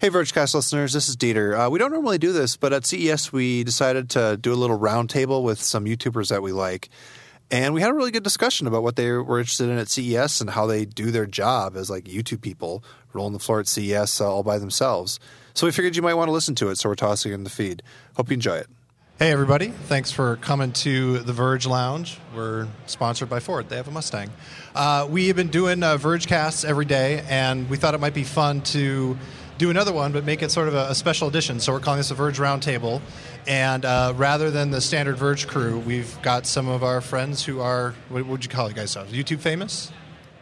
Hey, Vergecast listeners, this is Dieter. Uh, we don't normally do this, but at CES we decided to do a little roundtable with some YouTubers that we like. And we had a really good discussion about what they were interested in at CES and how they do their job as like YouTube people rolling the floor at CES uh, all by themselves. So we figured you might want to listen to it, so we're tossing it in the feed. Hope you enjoy it. Hey, everybody. Thanks for coming to the Verge Lounge. We're sponsored by Ford. They have a Mustang. Uh, we have been doing uh, Verge casts every day, and we thought it might be fun to do another one, but make it sort of a, a special edition. So we're calling this a Verge Roundtable. And uh, rather than the standard Verge crew, we've got some of our friends who are, what would you call you guys? Uh, YouTube famous?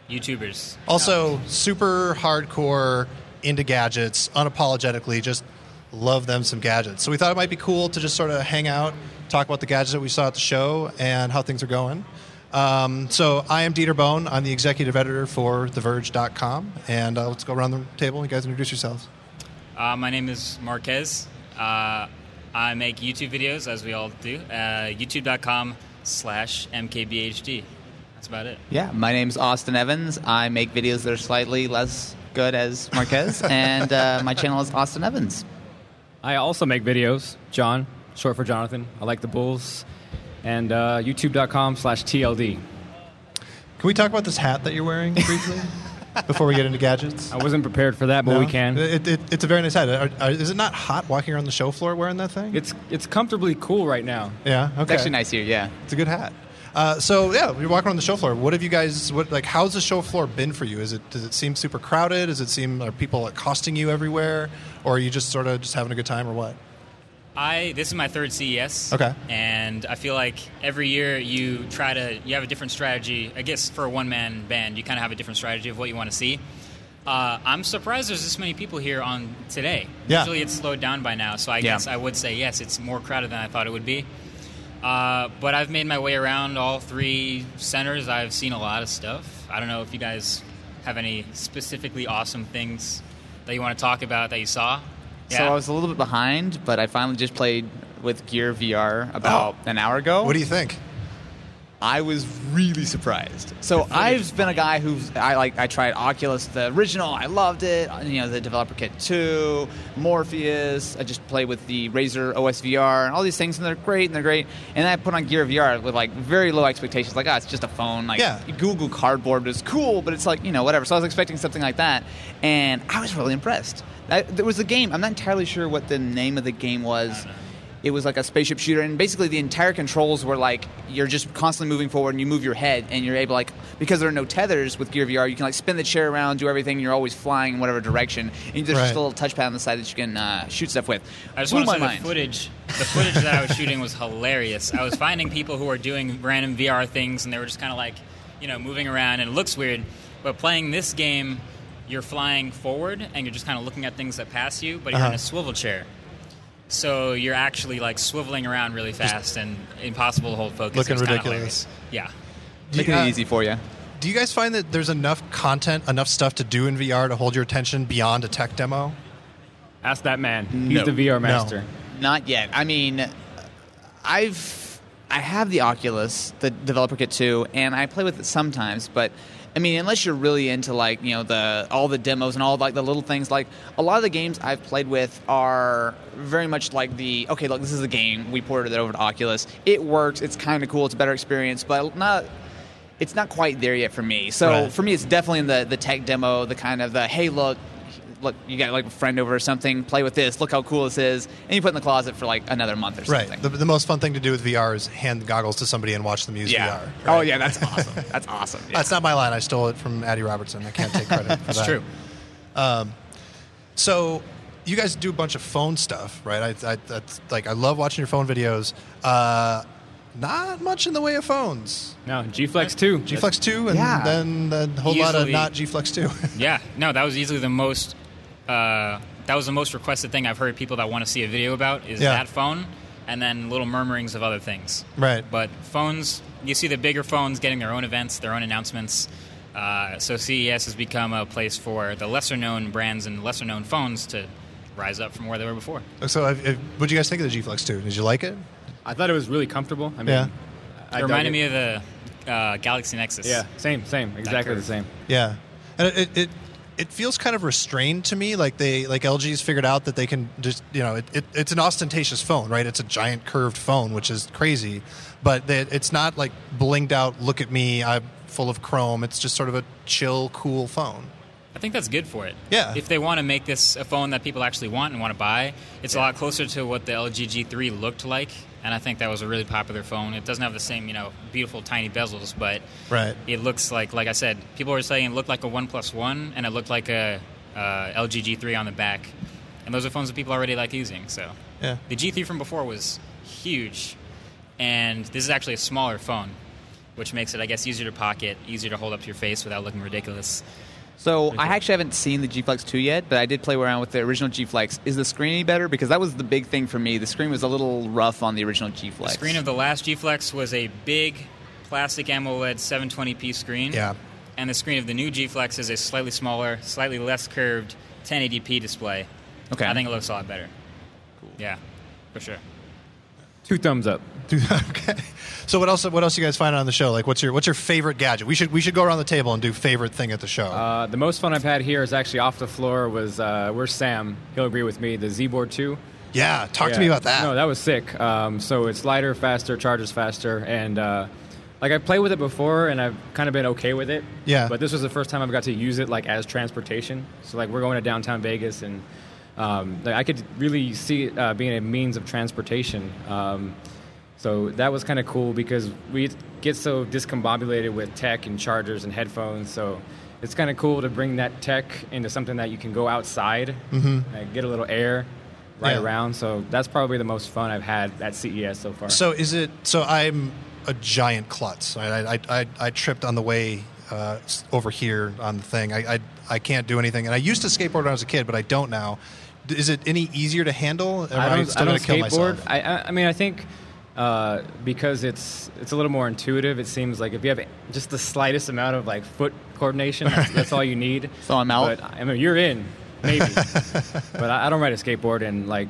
YouTubers. Also, super hardcore into gadgets, unapologetically, just love them some gadgets. So we thought it might be cool to just sort of hang out, talk about the gadgets that we saw at the show and how things are going. Um, so I am Dieter Bone. I'm the executive editor for TheVerge.com. And uh, let's go around the table. You guys introduce yourselves. Uh, my name is Marquez. Uh, I make YouTube videos, as we all do. Uh, YouTube.com slash MKBHD. That's about it. Yeah, my name's Austin Evans. I make videos that are slightly less good as Marquez, and uh, my channel is Austin Evans. I also make videos, John, short for Jonathan. I like the Bulls. And uh, youtube.com slash TLD. Can we talk about this hat that you're wearing briefly before we get into gadgets? I wasn't prepared for that, but we No? Uh, can. It, it, it's a very nice hat. Are, are, is it not hot walking around the show floor wearing that thing? It's, it's comfortably cool right now. yeah, okay. It's actually nice here, yeah. It's a good hat. Uh, so yeah, we walk around the show floor. What have you guys? What like? How's the show floor been for you? Is it does it seem super crowded? Does it seem are people accosting you everywhere, or are you just sort of just having a good time, or what? I this is my third CES. Okay. And I feel like every year you try to you have a different strategy. I guess for a one man band, you kind of have a different strategy of what you want to see. Uh, I'm surprised there's this many people here on today. Yeah. Usually it's slowed down by now, so I Yeah. guess I would say yes, it's more crowded than I thought it would be. Uh, but I've made my way around all three centers. I've seen a lot of stuff. I don't know if you guys have any specifically awesome things that you want to talk about that you saw. So I was a little bit behind, but I finally just played with Gear VR about an hour ago. Oh. What do you think? I was really surprised. So I've been a guy who's I like I tried Oculus the original, I loved it. You know the developer kit two, Morpheus. I just play with the Razer OS VR and all these things, and they're great and they're great. And then I put on Gear VR with like very low expectations, like ah, it's just a phone. Like Yeah. Google Cardboard was cool, but it's like you know whatever. So I was expecting something like that, and I was really impressed. I, there was a game. I'm not entirely sure what the name of the game was it was like a spaceship shooter and basically the entire controls were like you're just constantly moving forward and you move your head and you're able like because there are no tethers with gear vr you can like spin the chair around do everything and you're always flying in whatever direction and there's Right. just a little touchpad on the side that you can uh, shoot stuff with I just Blew want to my say mind. the footage. The footage that I was shooting was hilarious. I was finding people who are doing random VR things, and they were just kind of like, you know, moving around, and it looks weird. But playing this game, you're flying forward, and you're just kind of looking at things that pass you, but you're in Uh-huh. a swivel chair, so you're actually like swiveling around really fast and impossible to hold focus. Looking It was kinda ridiculous. hilarious. Yeah. Do making you, uh, it easy for you Do you guys find that there's enough content, enough stuff to do in VR to hold your attention beyond a tech demo? Ask that man. Mm, No. He's the VR master. Not yet. I mean, I've I have the Oculus, the developer kit too, and I play with it sometimes, but I mean, unless you're really into like you know the all the demos and all like the little things, like a lot of the games I've played with are very much like the okay, look, this is a game. We ported it over to Oculus. It works. It's kind of cool. It's a better experience, but not it's not quite there yet for me. So Right. for me, it's definitely in the the tech demo, the kind of the hey, look, look, you got like a friend over or something, play with this, look how cool this is, and you put it in the closet for like another month or something. Right. The, the most fun thing to do with VR is hand the goggles to somebody and watch them use yeah. VR. right? Oh yeah, that's awesome. That's awesome. Yeah. That's not my line. I stole it from Addie Robertson. I can't take credit for that. It's true. So you guys do a bunch of phone stuff, right? I, I that's like I love watching your phone videos. Uh, not much in the way of phones. No, G Flex 2. G Flex two, and Yeah. then the whole lot of Usually- not G Flex two. Yeah, no, that was easily the most. Uh, that was the most requested thing I've heard people that want to see a video about is Yeah. that phone, and then little murmurings of other things. Right. But phones, you see the bigger phones getting their own events, their own announcements. Uh, so CES has become a place for the lesser-known brands and lesser-known phones to rise up from where they were before. so, i i what'd you guys think of the G Flex two? Did you like it? I thought it was really comfortable. I mean, Yeah. I it dug reminded it. me of the uh, Galaxy Nexus. Yeah, same, same. Exactly the curve. same. Yeah, and it it, it, it feels kind of restrained to me. Like they like LG's figured out that they can just you know it, it, it's an ostentatious phone, right? It's a giant curved phone, which is crazy, but they, it's not like blinged out. Look at me, I'm full of chrome. It's just sort of a chill, cool phone. I think that's good for it. Yeah. If they want to make this a phone that people actually want and want to buy, it's a lot closer to what the LG G3 looked like, and I think that was a really popular phone. It doesn't have the same, you know, beautiful tiny bezels, but Right. it looks like, like I said, people were saying it looked like a One Plus One, and it looked like a uh, LG G3 on the back, and those are phones that people already like using. So Yeah. the G3 from before was huge, and this is actually a smaller phone, which makes it, I guess, easier to pocket, easier to hold up to your face without looking ridiculous. So I actually haven't seen the G Flex 2 yet, but I did play around with the original G Flex. Is the screen any better? Because that was the big thing for me. The screen was a little rough on the original G Flex. The screen of the last G Flex was a big plastic AMOLED 720p screen. Yeah. And the screen of the new G Flex is a slightly smaller, slightly less curved 1080p display. Okay. I think it looks a lot better. Cool. Yeah, for sure. Two thumbs up. Do that, okay. So what else? What else you guys find on the show? Like, what's your what's your favorite gadget? We should we should go around the table and do favorite thing at the show. Uh, the most fun I've had here is actually off the floor. Was uh, where's Sam? He'll agree with me. The Z Board Two. yeah, talk to Yeah. me about that. No, that was sick. Um, so it's lighter, faster, charges faster, and uh, like I've played with it before, and I've kind of been okay with it. Yeah. But this was the first time I've got to use it like as transportation. So like we're going to downtown Vegas, and um, like, I could really see it uh, being a means of transportation. Um, so that was kind of cool because we get so discombobulated with tech and chargers and headphones. So it's kind of cool to bring that tech into something that you can go outside, and get a little air, right Mm-hmm. Yeah. around. So that's probably the most fun I've had at CES so far. So is it? So I'm a giant klutz. I I, I, I tripped on the way uh, s- over here on the thing. I, I I can't do anything. And I used to skateboard when I was a kid, but I don't now. D- Is it any easier to handle? Am I don't, still I don't gonna kill skateboard. myself? I, I, I mean, I think uh, because it's it's a little more intuitive. It seems like if you have just the slightest amount of like foot coordination, that's, that's all you need. So I'm out? But, I mean, you're in, maybe. but I, I don't ride a skateboard, and like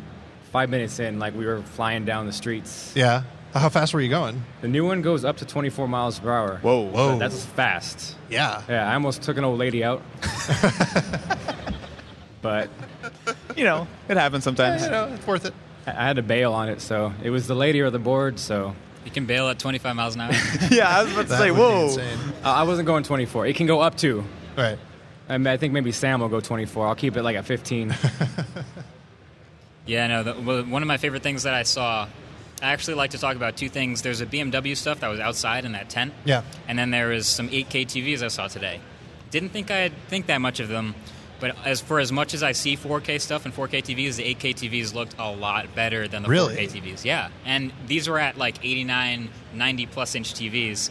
five minutes in, like we were flying down the streets. Yeah. How fast were you going? The new one goes up to 24 miles per hour. Whoa. Whoa. But that's fast. Yeah. Yeah, I almost took an old lady out. but you know, it happens sometimes. You know, it's worth it. I I had to bail on it, so it was the lady or the board. So You can bail at 25 miles an hour. yeah, I was about to That say, would be whoa. insane. uh, I wasn't going 24. It can go up to. Right. I, mean, I think maybe Sam will go 24. I'll keep it like at 15. yeah, no, the, well, one of my favorite things that I saw, I actually like to talk about two things. There's a BMW stuff that was outside in that tent. Yeah. And then there was some 8K TVs I saw today. Didn't think I'd think that much of them, but as for as much as I see 4K stuff and 4K TVs, the 8K TVs looked a lot better than the Really? 4K TVs. Yeah, and these were at like 89, 90 plus inch TVs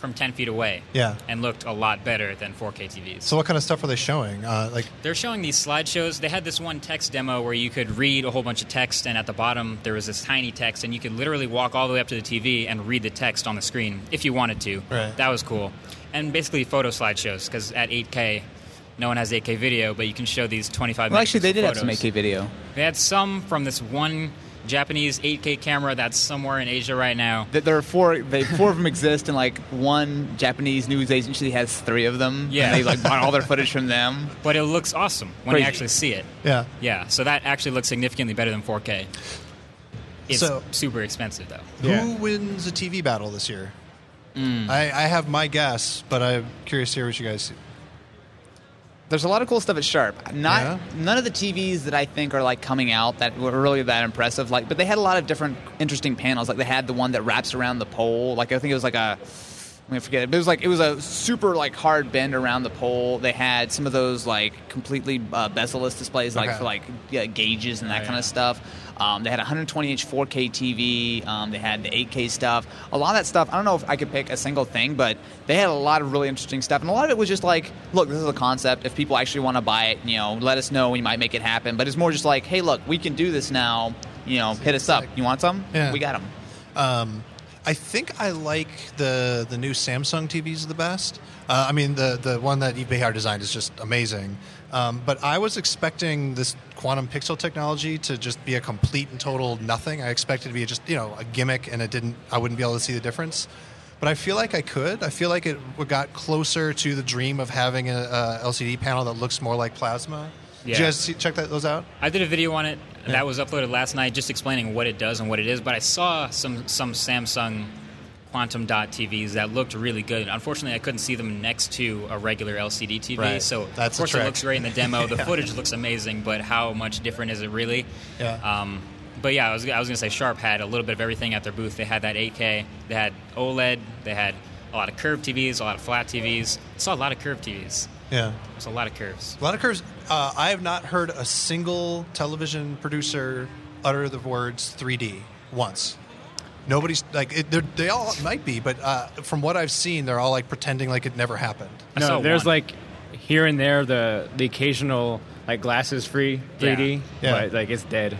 from 10 feet away. Yeah. and looked a lot better than 4K TVs. So what kind of stuff were they showing? Uh, like They're showing these slideshows. They had this one text demo where you could read a whole bunch of text, and at the bottom there was this tiny text, and you could literally walk all the way up to the TV and read the text on the screen if you wanted to. Right. That was cool. And basically photo slideshows, because at 8K, no one has 8K video, but you can show these 25 Well, actually, megapixel they did have some photos. AK video. They had some from this one Japanese 8K camera that's somewhere in Asia right now. That There are four. They, four of them exist, and like one Japanese news agency has three of them. Yeah. and they like bought all their footage from them. But it looks awesome when you Crazy. actually see it. yeah. Yeah, so that actually looks significantly better than 4K. It's So- super expensive, though. Yeah. Who wins a TV battle this year? I, I have my guess, but I'm curious to hear what you guys. There's a lot of cool stuff at Sharp. Not Yeah. none of the TVs that I think are like coming out that were really that impressive. Like, but they had a lot of different interesting panels. Like they had the one that wraps around the pole. Like I think it was like a. I'm gonna forget it. But it was like it was a super like hard bend around the pole. They had some of those like completely uh, bezelless displays, like Okay. for like yeah, gauges and that Oh, kind yeah. of stuff. Um, they had a 120 inch 4K TV. Um, they had the 8K stuff. A lot of that stuff. I don't know if I could pick a single thing, but they had a lot of really interesting stuff. And a lot of it was just like, look, this is a concept. If people actually want to buy it, you know, let us know. We might make it happen. But it's more just like, hey, look, we can do this now. You know, hit us up. You want some? Yeah. We got them. Um, I think I like the the new Samsung TVs the best. Uh, I mean, the the one that Yves Behar designed is just amazing. Um, but I was expecting this quantum pixel technology to just be a complete and total nothing. I expected it to be just you know a gimmick, and it didn't. I wouldn't be able to see the difference. But I feel like I could. I feel like it w- got closer to the dream of having a, a LCD panel that looks more like plasma. Did you Yeah. guys see, check that, those out? I did a video on it that was uploaded last night, just explaining what it does and what it is. But I saw some some Samsung Quantum Dot TVs that looked really good. Unfortunately, I couldn't see them next to a regular LCD TV. Right. So That's of the course it trick. looks great in the demo. The footage looks amazing, but how much different is it really? Yeah. Um, but yeah, I was, I was going to say Sharp had a little bit of everything at their booth. They had that 8K, they had OLED, they had a lot of curved TVs, a lot of flat TVs. I saw a lot of curved TVs. Yeah. There's a lot of curves. A lot of curves. Uh, I have not heard a single television producer utter the words 3D once. Nobody's like it, they're- they all might be, but uh, from what I've seen, they're all like pretending like it never happened. I no, saw there's one. like here and there the the occasional like glasses free 3D, Yeah. Yeah. but like it's dead.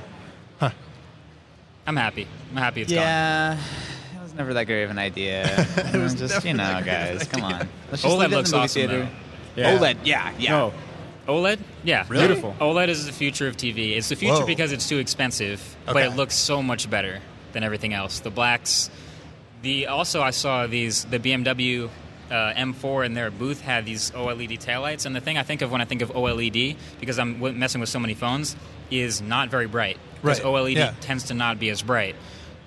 I'm happy. I'm happy it's gone. Yeah. It was never that great of an idea. it was just, you know, guys, come on. Let's just OLED leave it in the looks movie awesome, theater. Yeah. OLED, yeah, yeah. No, OLED? Yeah. Really? Beautiful. OLED is the future of TV. It's the future Whoa. because it's too expensive, but Okay. it looks so much better than everything else. The blacks. The also I saw these the BMW uh, M4 in their booth had these OLED taillights, and the thing I think of when I think of OLED because I'm w- messing with so many phones is not very bright. Because Right. OLED Yeah. E tends to not be as bright.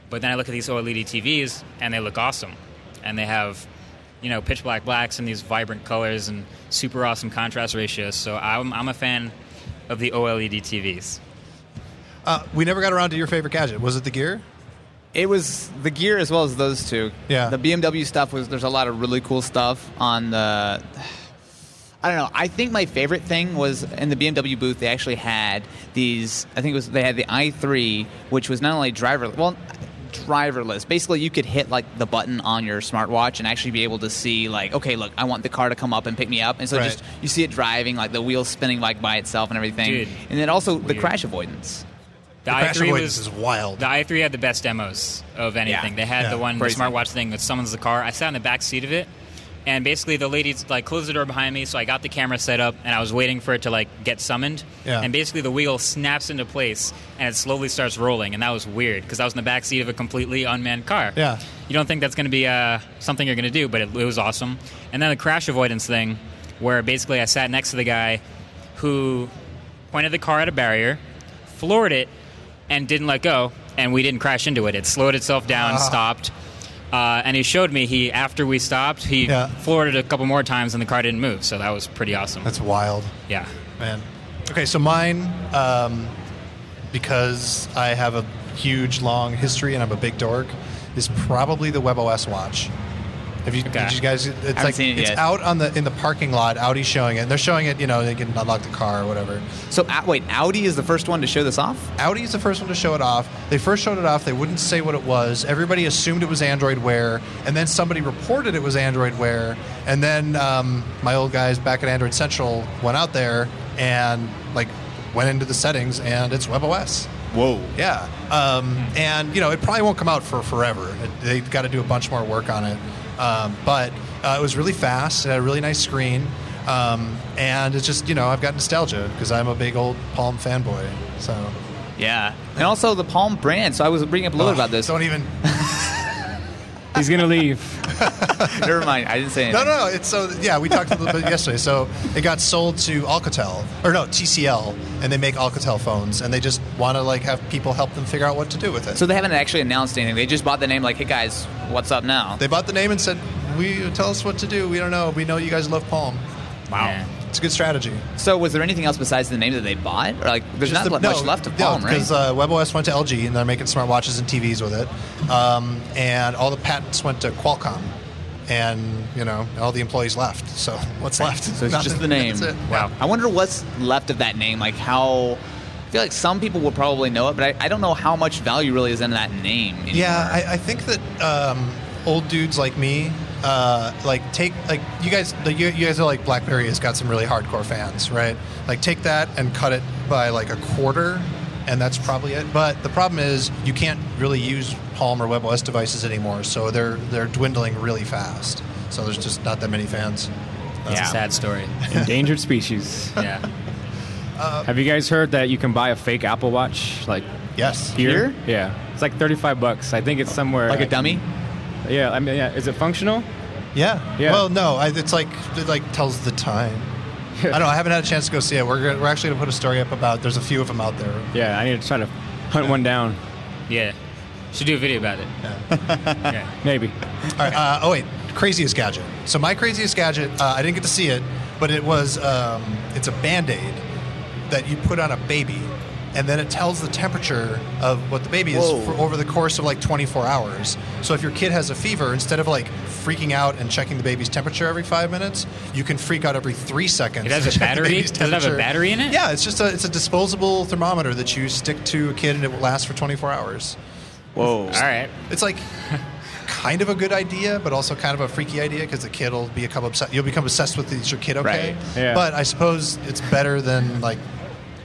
But then I look at these E OLED TVs and they look awesome, and they have you know pitch black blacks and these vibrant colors and super awesome contrast ratios. So I'm, I'm a fan of the E OLED TVs. Uh, we never got around to your favorite gadget. Was it the gear? It was the gear as well as those two. Yeah. The BMW stuff was there's a lot of really cool stuff on the I don't know. I think my favorite thing was in the BMW booth they actually had these I think it was they had the i3 which was not only driver well driverless. Basically you could hit like the button on your smartwatch and actually be able to see like okay look I want the car to come up and pick me up and so Right. just you see it driving like the wheels spinning like by itself and everything. Dude. and then also the crash avoidance. The, Crash i3 avoidance was is wild. the i3 had the best demos of anything. Yeah. They had Yeah. the one the Crazy. smartwatch thing that summons the car. I sat in the back seat of it, and basically the lady like closed the door behind me, so I got the camera set up, and I was waiting for it to like get summoned. Yeah. And basically the wheel snaps into place, and it slowly starts rolling, and that was weird because I was in the back seat of a completely unmanned car. Yeah. You don't think that's going to be uh, something you're going to do, but it, it was awesome. And then the crash avoidance thing, where basically I sat next to the guy who pointed the car at a barrier, floored it, and didn't let go, and we didn't crash into it. It slowed itself down, stopped. Uh, and he showed me he after we stopped he Yeah. floored it a couple more times and the car didn't move so that was pretty awesome That's wild. yeah man. Okay, so mine, um, because I have a huge long history and I'm a big dork, is probably the WebOS watch. Have you, Okay. did you guys? It's Haven't like seen it it's yet. out on the in the parking lot. Audi's showing it. And they're showing it. You know, they can unlock the car or whatever. So uh, wait, Audi is the first one to show this off? Audi is the first one to show it off. They first showed it off. They wouldn't say what it was. Everybody assumed it was Android Wear, and then somebody reported it was Android Wear. And then um, my old guys back at Android Central went out there and like went into the settings, and it's WebOS. Whoa. Yeah, um, and you know it probably won't come out for forever. It- They've got to do a bunch more work on it, um, but uh, it was really fast. It had a really nice screen, um, and it's just you know I've got nostalgia because I'm a big old Palm fanboy. So Yeah, and also the Palm brand. So I was reading up a little bit about this. Oh, Don't even. he's gonna leave. Never mind, I didn't say anything. No, no, no. It's so yeah. We talked a little bit yesterday. So it got sold to Alcatel or no TCL, and they make Alcatel phones, and they just want to like have people help them figure out what to do with it. So they haven't actually announced anything. They just bought the name. Like, hey guys, what's up now? they bought the name and said, "We tell us what to do. We don't know. We know you guys love Palm. wow It's a good strategy." so was there anything else besides the name that they bought? Or like, there's Just not the- much left of Palm, right? Because uh, WebOS went to LG, and they're making smartwatches and TVs with it, um, and all the patents went to Qualcomm, and you know all the employees left. So what's left? so it's just the name. That's it. Wow. I wonder what's left of that name. Like how. I feel like some people will probably know it, but I, I don't know how much value really is in that name. Anymore. Yeah, I, I think that um, old dudes like me, uh, like take like you guys, like, you, you guys are like BlackBerry has got some really hardcore fans, right? Like take that and cut it by like a quarter, and that's probably it. But the problem is you can't really use Palm or WebOS devices anymore, so they're they're dwindling really fast. So there's just not that many fans. that's a sad story Endangered species. yeah Have you guys heard that you can buy a fake Apple Watch like Yes. here? Here? Yeah, it's like 35 bucks. I think it's somewhere like a dummy. Yeah, I mean, yeah. Is it functional? Yeah. Yeah. Well, no, I, it's like it like tells the time. I don't know. I haven't had a chance to go see it. We're gonna, we're actually gonna put a story up about. There's a few of them out there. Yeah, I need to try to hunt one down. Yeah. Should do a video about it. yeah. Maybe. All right. Uh, oh wait, craziest gadget. So my craziest gadget, uh, I didn't get to see it, but it was um, it's a band aid that you put on a baby, and then it tells the temperature of what the baby is Whoa. for over the course of like 24 hours. So if your kid has a fever, instead of like freaking out and checking the baby's temperature every five minutes, you can freak out every three seconds. It has and a check the battery? baby's Does it have a temperature. battery in it? Yeah, it's just a it's a disposable thermometer that you stick to a kid and it will last for 24 hours. Whoa. All right. It's like kind of a good idea, but also kind of a freaky idea because the kid will become obsessed. You'll become obsessed with is your kid okay? Right. Yeah. But I suppose it's better than like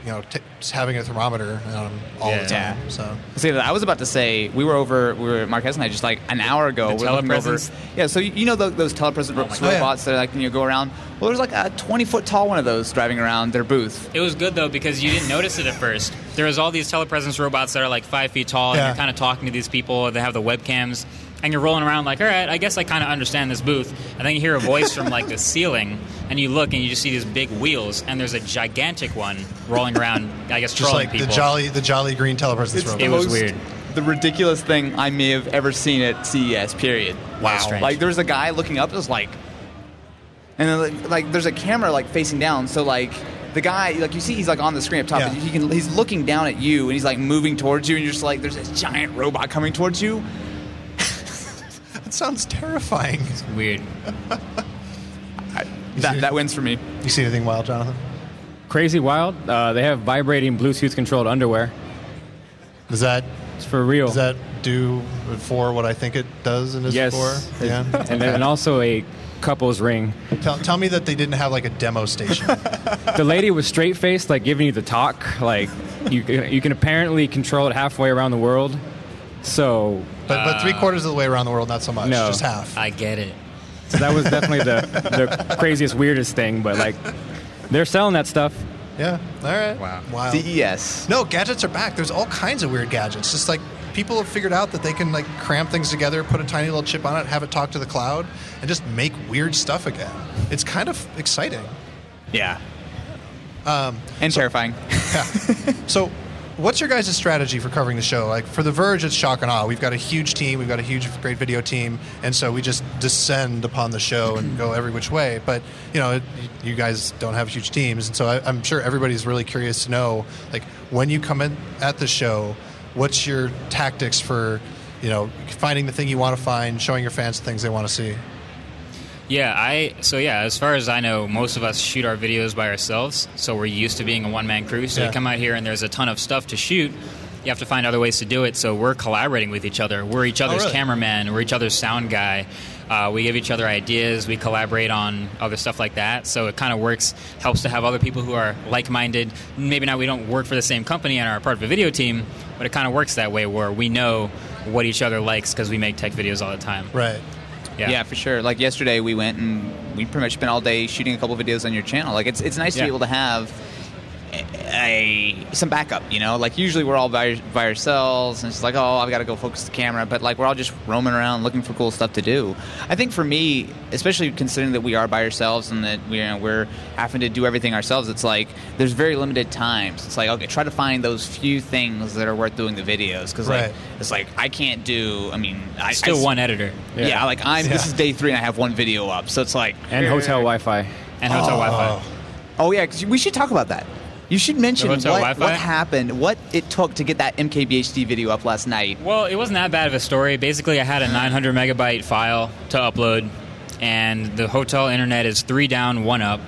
you know t- just having a thermometer um, all Yeah. the Yeah. time. So See, I was about to say we were over. We were Marquez and I just like an hour ago. The we were looking telepresence? Oh Over, yeah, so you you know tho- those telepresence ro- God. robots that are like you go around. Well, there's like a 20 foot tall one of those driving around their booth. It was good though because you didn't notice it at first. There was all these telepresence robots that are like five feet tall, and Yeah. you're kind of talking to these people. They have the webcams, and you're rolling around like, all right, I guess I kind of understand this booth. And then you hear a voice from like the ceiling, and you look, and you just see these big wheels, and there's a gigantic one rolling around. I guess just trolling like people. the jolly the jolly green telepresence robot. It was weird. The ridiculous thing I may have ever seen at CES. Period. Wow. Strange. Like there was a guy looking up. It was like, and then, like, like there's a camera like facing down. So like. The guy, like you see, he's like on the screen up top. Yeah. He can, he's looking down at you, and he's like moving towards you, and you're just like, there's this giant robot coming towards you. that sounds terrifying. Weird. I, that, that wins for me. You see anything wild, Jonathan? Crazy Wild. Uh, they have vibrating Bluetooth controlled underwear. Does that It's for real. does that do for what I think it does and is Yes. for? Yeah. and, then, and also a couple's ring. tell, tell me that they didn't have like a demo station. The lady was straight faced, like giving you the talk. Like you, can- you can apparently control it halfway around the world. So, But, but three quarters of the way around the world, not so much. No. Just half. I get it. so that was definitely the, the craziest, weirdest thing. But like, they're selling that stuff. yeah. All right. Wow. Wow. E CES. No, gadgets are back. There's all kinds of weird gadgets. Just like people have figured out that they can like cram things together, put a tiny little chip on it, have it talk to the cloud, and just make weird stuff again. It's kind of exciting. Yeah. Um, and terrifying. So, what's your guys' strategy for covering the show? Like for The Verge, it's shock and awe. We've got a huge team, we've got a huge, great video team, and so we just descend upon the show and go every which way. But you know, it, you guys don't have huge teams, and so I, I'm sure everybody's really curious to know, like when you come in at the show, what's your tactics for, you know, finding the thing you want to find, showing your fans the things they want to see. Yeah, I so yeah, as far as I know, most of us shoot our videos by ourselves, so we're used to being a one man crew. So Yeah. you come out here and there's a ton of stuff to shoot. You have to find other ways to do it. So we're collaborating with each other. We're each other's Oh, really? cameraman. We're each other's sound guy. Uh, we give each other ideas. We collaborate on other stuff like that. So it kind of works. Helps to have other people who are like minded. Maybe not we don't work for the same company and are part of a video team, but it kind of works that way where we know what each other likes because we make tech videos all the time. Right. Yeah. for sure. Like yesterday, we went and we pretty much spent all day shooting a couple videos on your channel. Like it's it's nice to Yeah. be able to have a, a- some backup. You know, like usually we're all by by ourselves, and it's like oh I've got to go focus the camera, but like we're all just roaming around looking for cool stuff to do. I think for me, especially considering that we are by ourselves and that we you know, we're having to do everything ourselves, it's like there's very limited times. It's like okay, try to find those few things that are worth doing the videos because Right. like it's like I can't do. I mean, I Still I, one editor. Yeah. yeah, like I'm. Yeah. This is day three, and I have one video up. So it's like And hotel Wi Fi. And hotel Wi Fi. Oh yeah, 'cause we should talk about that. You should mention The what, hotel Wi-Fi? what happened, what it took to get that MKBHD video up last night. Well, it wasn't that bad of a story. Basically, I had a 900 megabyte file to upload, and the hotel internet is three down, one up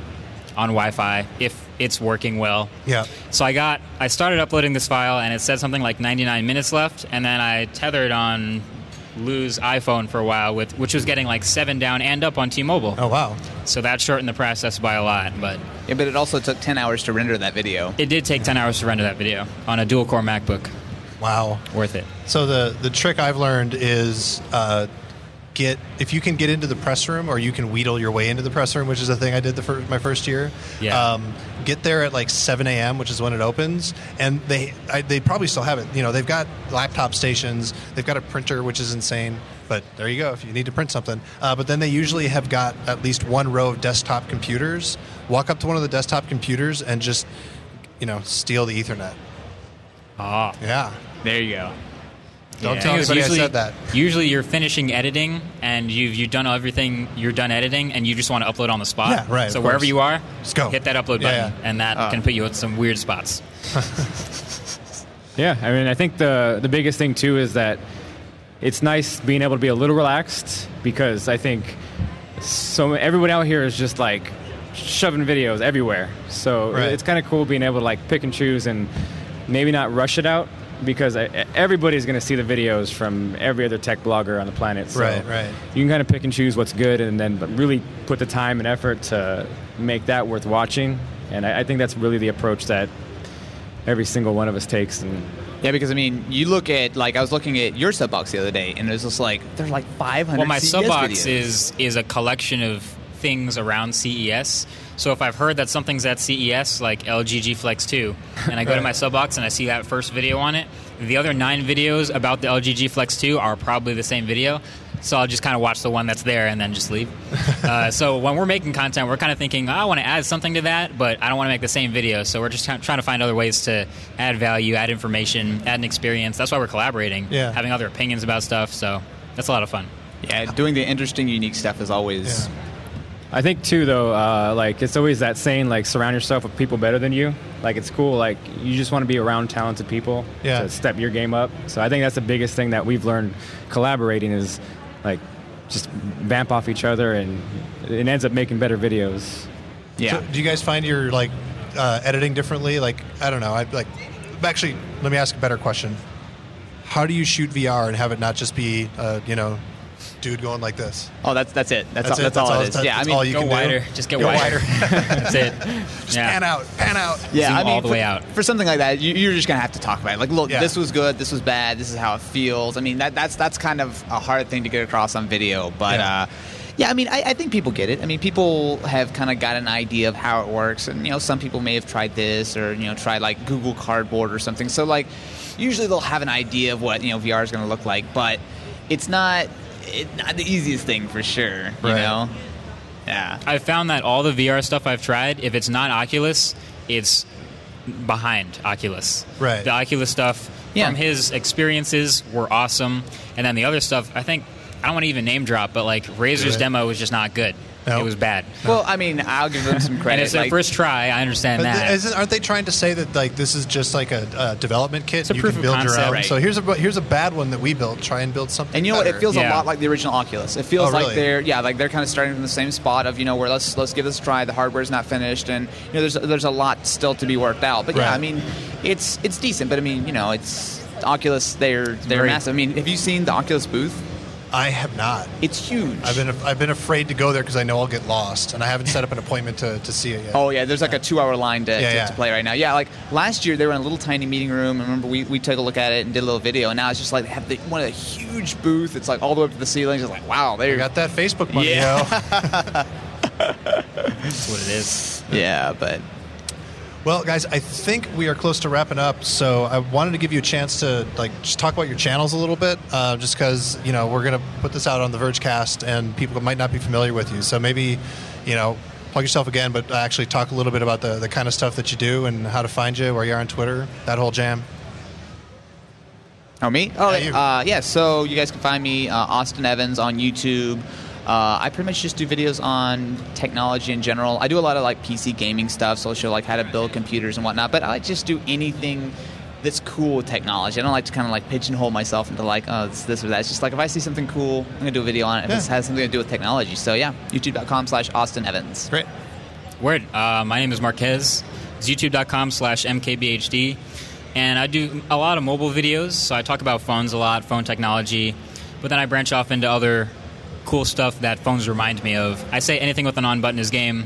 on Wi Fi if it's working well. Yeah. So I got, I started uploading this file, and it said something like 99 minutes left, and then I tethered on Lou's iPhone for a while, with which was getting like seven down and up on T Mobile. Oh wow. So that shortened the process by a lot, but Yeah, but it also took ten hours to render that video. it did take 10 hours to render that video on a dual core MacBook. Wow. Worth it. So the the trick I've learned is uh, get if you can get into the press room or you can wheedle your way into the press room, which is a thing I did the fir- my first year. Yeah. Um, get there at like 7 a.m., which is when it opens, and they I, they probably still have it. You know, they've got laptop stations, they've got a printer, which is insane. But there you go. If you need to print something, uh, but then they usually have got at least one row of desktop computers. Walk up to one of the desktop computers and just, you know, steal the Ethernet. Ah, Yeah. there you go. Don't Yeah. tell Because anybody I usually- said that. Usually, you're finishing editing, and you've you've done everything. You're done editing, and you just want to upload on the spot. Yeah, right, So of wherever course. you are, Just go. hit that upload button, Yeah, yeah. and that can put you at some weird spots. Yeah, I mean, I think the the biggest thing too is that it's nice being able to be a little relaxed because I think so everyone out here is just like shoving videos everywhere. So Right. it's kind of cool being able to like pick and choose and maybe not rush it out because I, everybody's going to see the videos from every other tech blogger on the planet. So Right, right. You can kind of pick and choose what's good and then but really put the time and effort to make that worth watching. And I, I think that's really the approach that every single one of us takes and Yeah, because I mean, you look at like I was looking at your sub box the other day, and it was just like there's like 500. Well, my CES sub box E videos. is is a collection of things around CES. So if I've heard that something's at CES, like LG G Flex 2, and I go to my sub box and I see that first video on it, the other nine videos about the LG G Flex 2 are probably the same video. So I'll just kind of watch the one that's there and then just leave. uh, so when we're making content, we're kind of thinking, "Oh, I want to add something to that, but I don't want to make the same video. So we're just kind of trying to find other ways to add value, add information, add an experience. That's why we're collaborating, Yeah. having other opinions about stuff. So that's a lot of fun. yeah, doing the interesting, unique stuff is always. Yeah. I think too, though, uh, like it's always that saying, like surround yourself with people better than you. Like it's cool. Like you just want to be around talented people Yeah. to step your game up. So I think that's the biggest thing that we've learned collaborating is like just vamp off each other, and it ends up making better videos. Yeah. So do you guys find you're like uh, editing differently? Like I don't know. I like actually. Let me ask a better question. How do you shoot VR and have it not just be uh, you know dude going like this? oh, that's that's it. That's That's, all, it. that's, That's all, all- it is. that's- yeah, I that's mean, all you go can do. wider. Just get Go wider. wider. That's it. Just yeah. pan out, pan out. yeah, zoom I mean, all the for, way out. for something like that, you, you're just gonna have to talk about it. Like, look, Yeah. this was good. This was bad. This is how it feels. I mean, that that's that's kind of a hard thing to get across on video, but. Yeah. Uh, yeah, I mean, I, I think people get it. I mean, people have kind of got an idea of how it works, and you know, some people may have tried this or you know, tried like Google Cardboard or something. So like, usually they'll have an idea of what you know VR is going to look like, but it's not it's not the easiest thing for sure. You Right. know, yeah. I've found that all the VR stuff I've tried, if it's not Oculus, it's behind Oculus. Right. The Oculus stuff Yeah. from his experiences were awesome, and then the other stuff, I think I don't want to even name drop, but like Razer's Right. demo was just not good. No. It was bad. Well, I mean, I'll give them some credit. And it's their like- first try. I understand But that. th- isn't, aren't they trying to say that like this is just like a, a development kit? a you proof can of build your concept. own. Right. So here's a bu- here's a bad one that we built. Try and build something. And you know what? It better. feels a Yeah. lot like the original Oculus. It feels Oh, like really? they're yeah, like they're kind of starting from the same spot of you know where let's let's give this a try. The hardware's not finished, and you know there's there's a lot still to be worked out. But Right. yeah, I mean, it's it's decent. But I mean, you know, it's Oculus. They're they're very- massive. I mean, have you seen the Oculus booth? I have not. It's huge. I've been I've been afraid to go there because I know I'll get lost, and I haven't set up an appointment to, to see it yet. Oh yeah, there's like a two-hour line to, Yeah, to, yeah. to play right now. Yeah, like last year they were in a little tiny meeting room. I remember we, we took a look at it and did a little video. And now it's just like they have the, one of the huge booth. It's like all the way up to the ceiling. It's like wow, there I got that Facebook money. Yeah. yo. That's what it is. Yeah, but Well, guys, I think we are close to wrapping up. So I wanted to give you a chance to like just talk about your channels a little bit, uh, just because you know we're gonna put this out on the Vergecast, and people might not be familiar with you. So maybe you know plug yourself again, but actually talk a little bit about the the kind of stuff that you do and how to find you, where you are on Twitter, that whole jam. Oh, me? Oh, Yeah, you. uh, yeah. So you guys can find me, uh, Austin Evans, on YouTube. Uh, I pretty much just do videos on technology in general. I do a lot of like PC gaming stuff, so I'll show like how to build computers and whatnot. But I like just do anything that's cool with technology. I don't like to kind of like pigeonhole myself into like oh it's this or that. It's just like if I see something cool, I'm gonna do a video on it. If Yeah. it has something to do with technology, so yeah, YouTube.com/slash Austin Evans. Great. Word. Uh, my name is Marquez. It's youtube.com slash mkbhd. And I do a lot of mobile videos. So I talk about phones a lot, phone technology. But then I branch off into other cool stuff that phones remind me of. I say anything with an on button is game,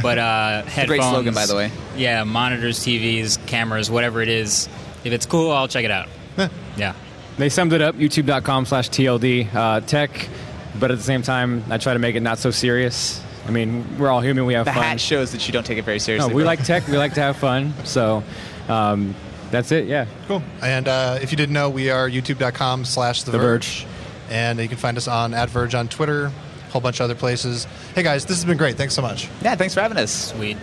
but uh, headphones. great slogan, by the way. Yeah, monitors, TVs, cameras, whatever it is. If it's cool, I'll check it out. yeah. They summed it up: YouTube.com/tld slash TLD, uh, tech. But at the same time, I try to make it not so serious. I mean, we're all human. We have The fun. hat shows that you don't take it very no, seriously. we but- like tech. We like to have fun. So um, that's it. Yeah. Cool. And uh, if you didn't know, we are youtube.com slash The The Verge. Verge. And you can find us on at Verge on Twitter, a whole bunch of other places. Hey guys, this has been great. Thanks so much. Yeah, thanks for having us. Sweet.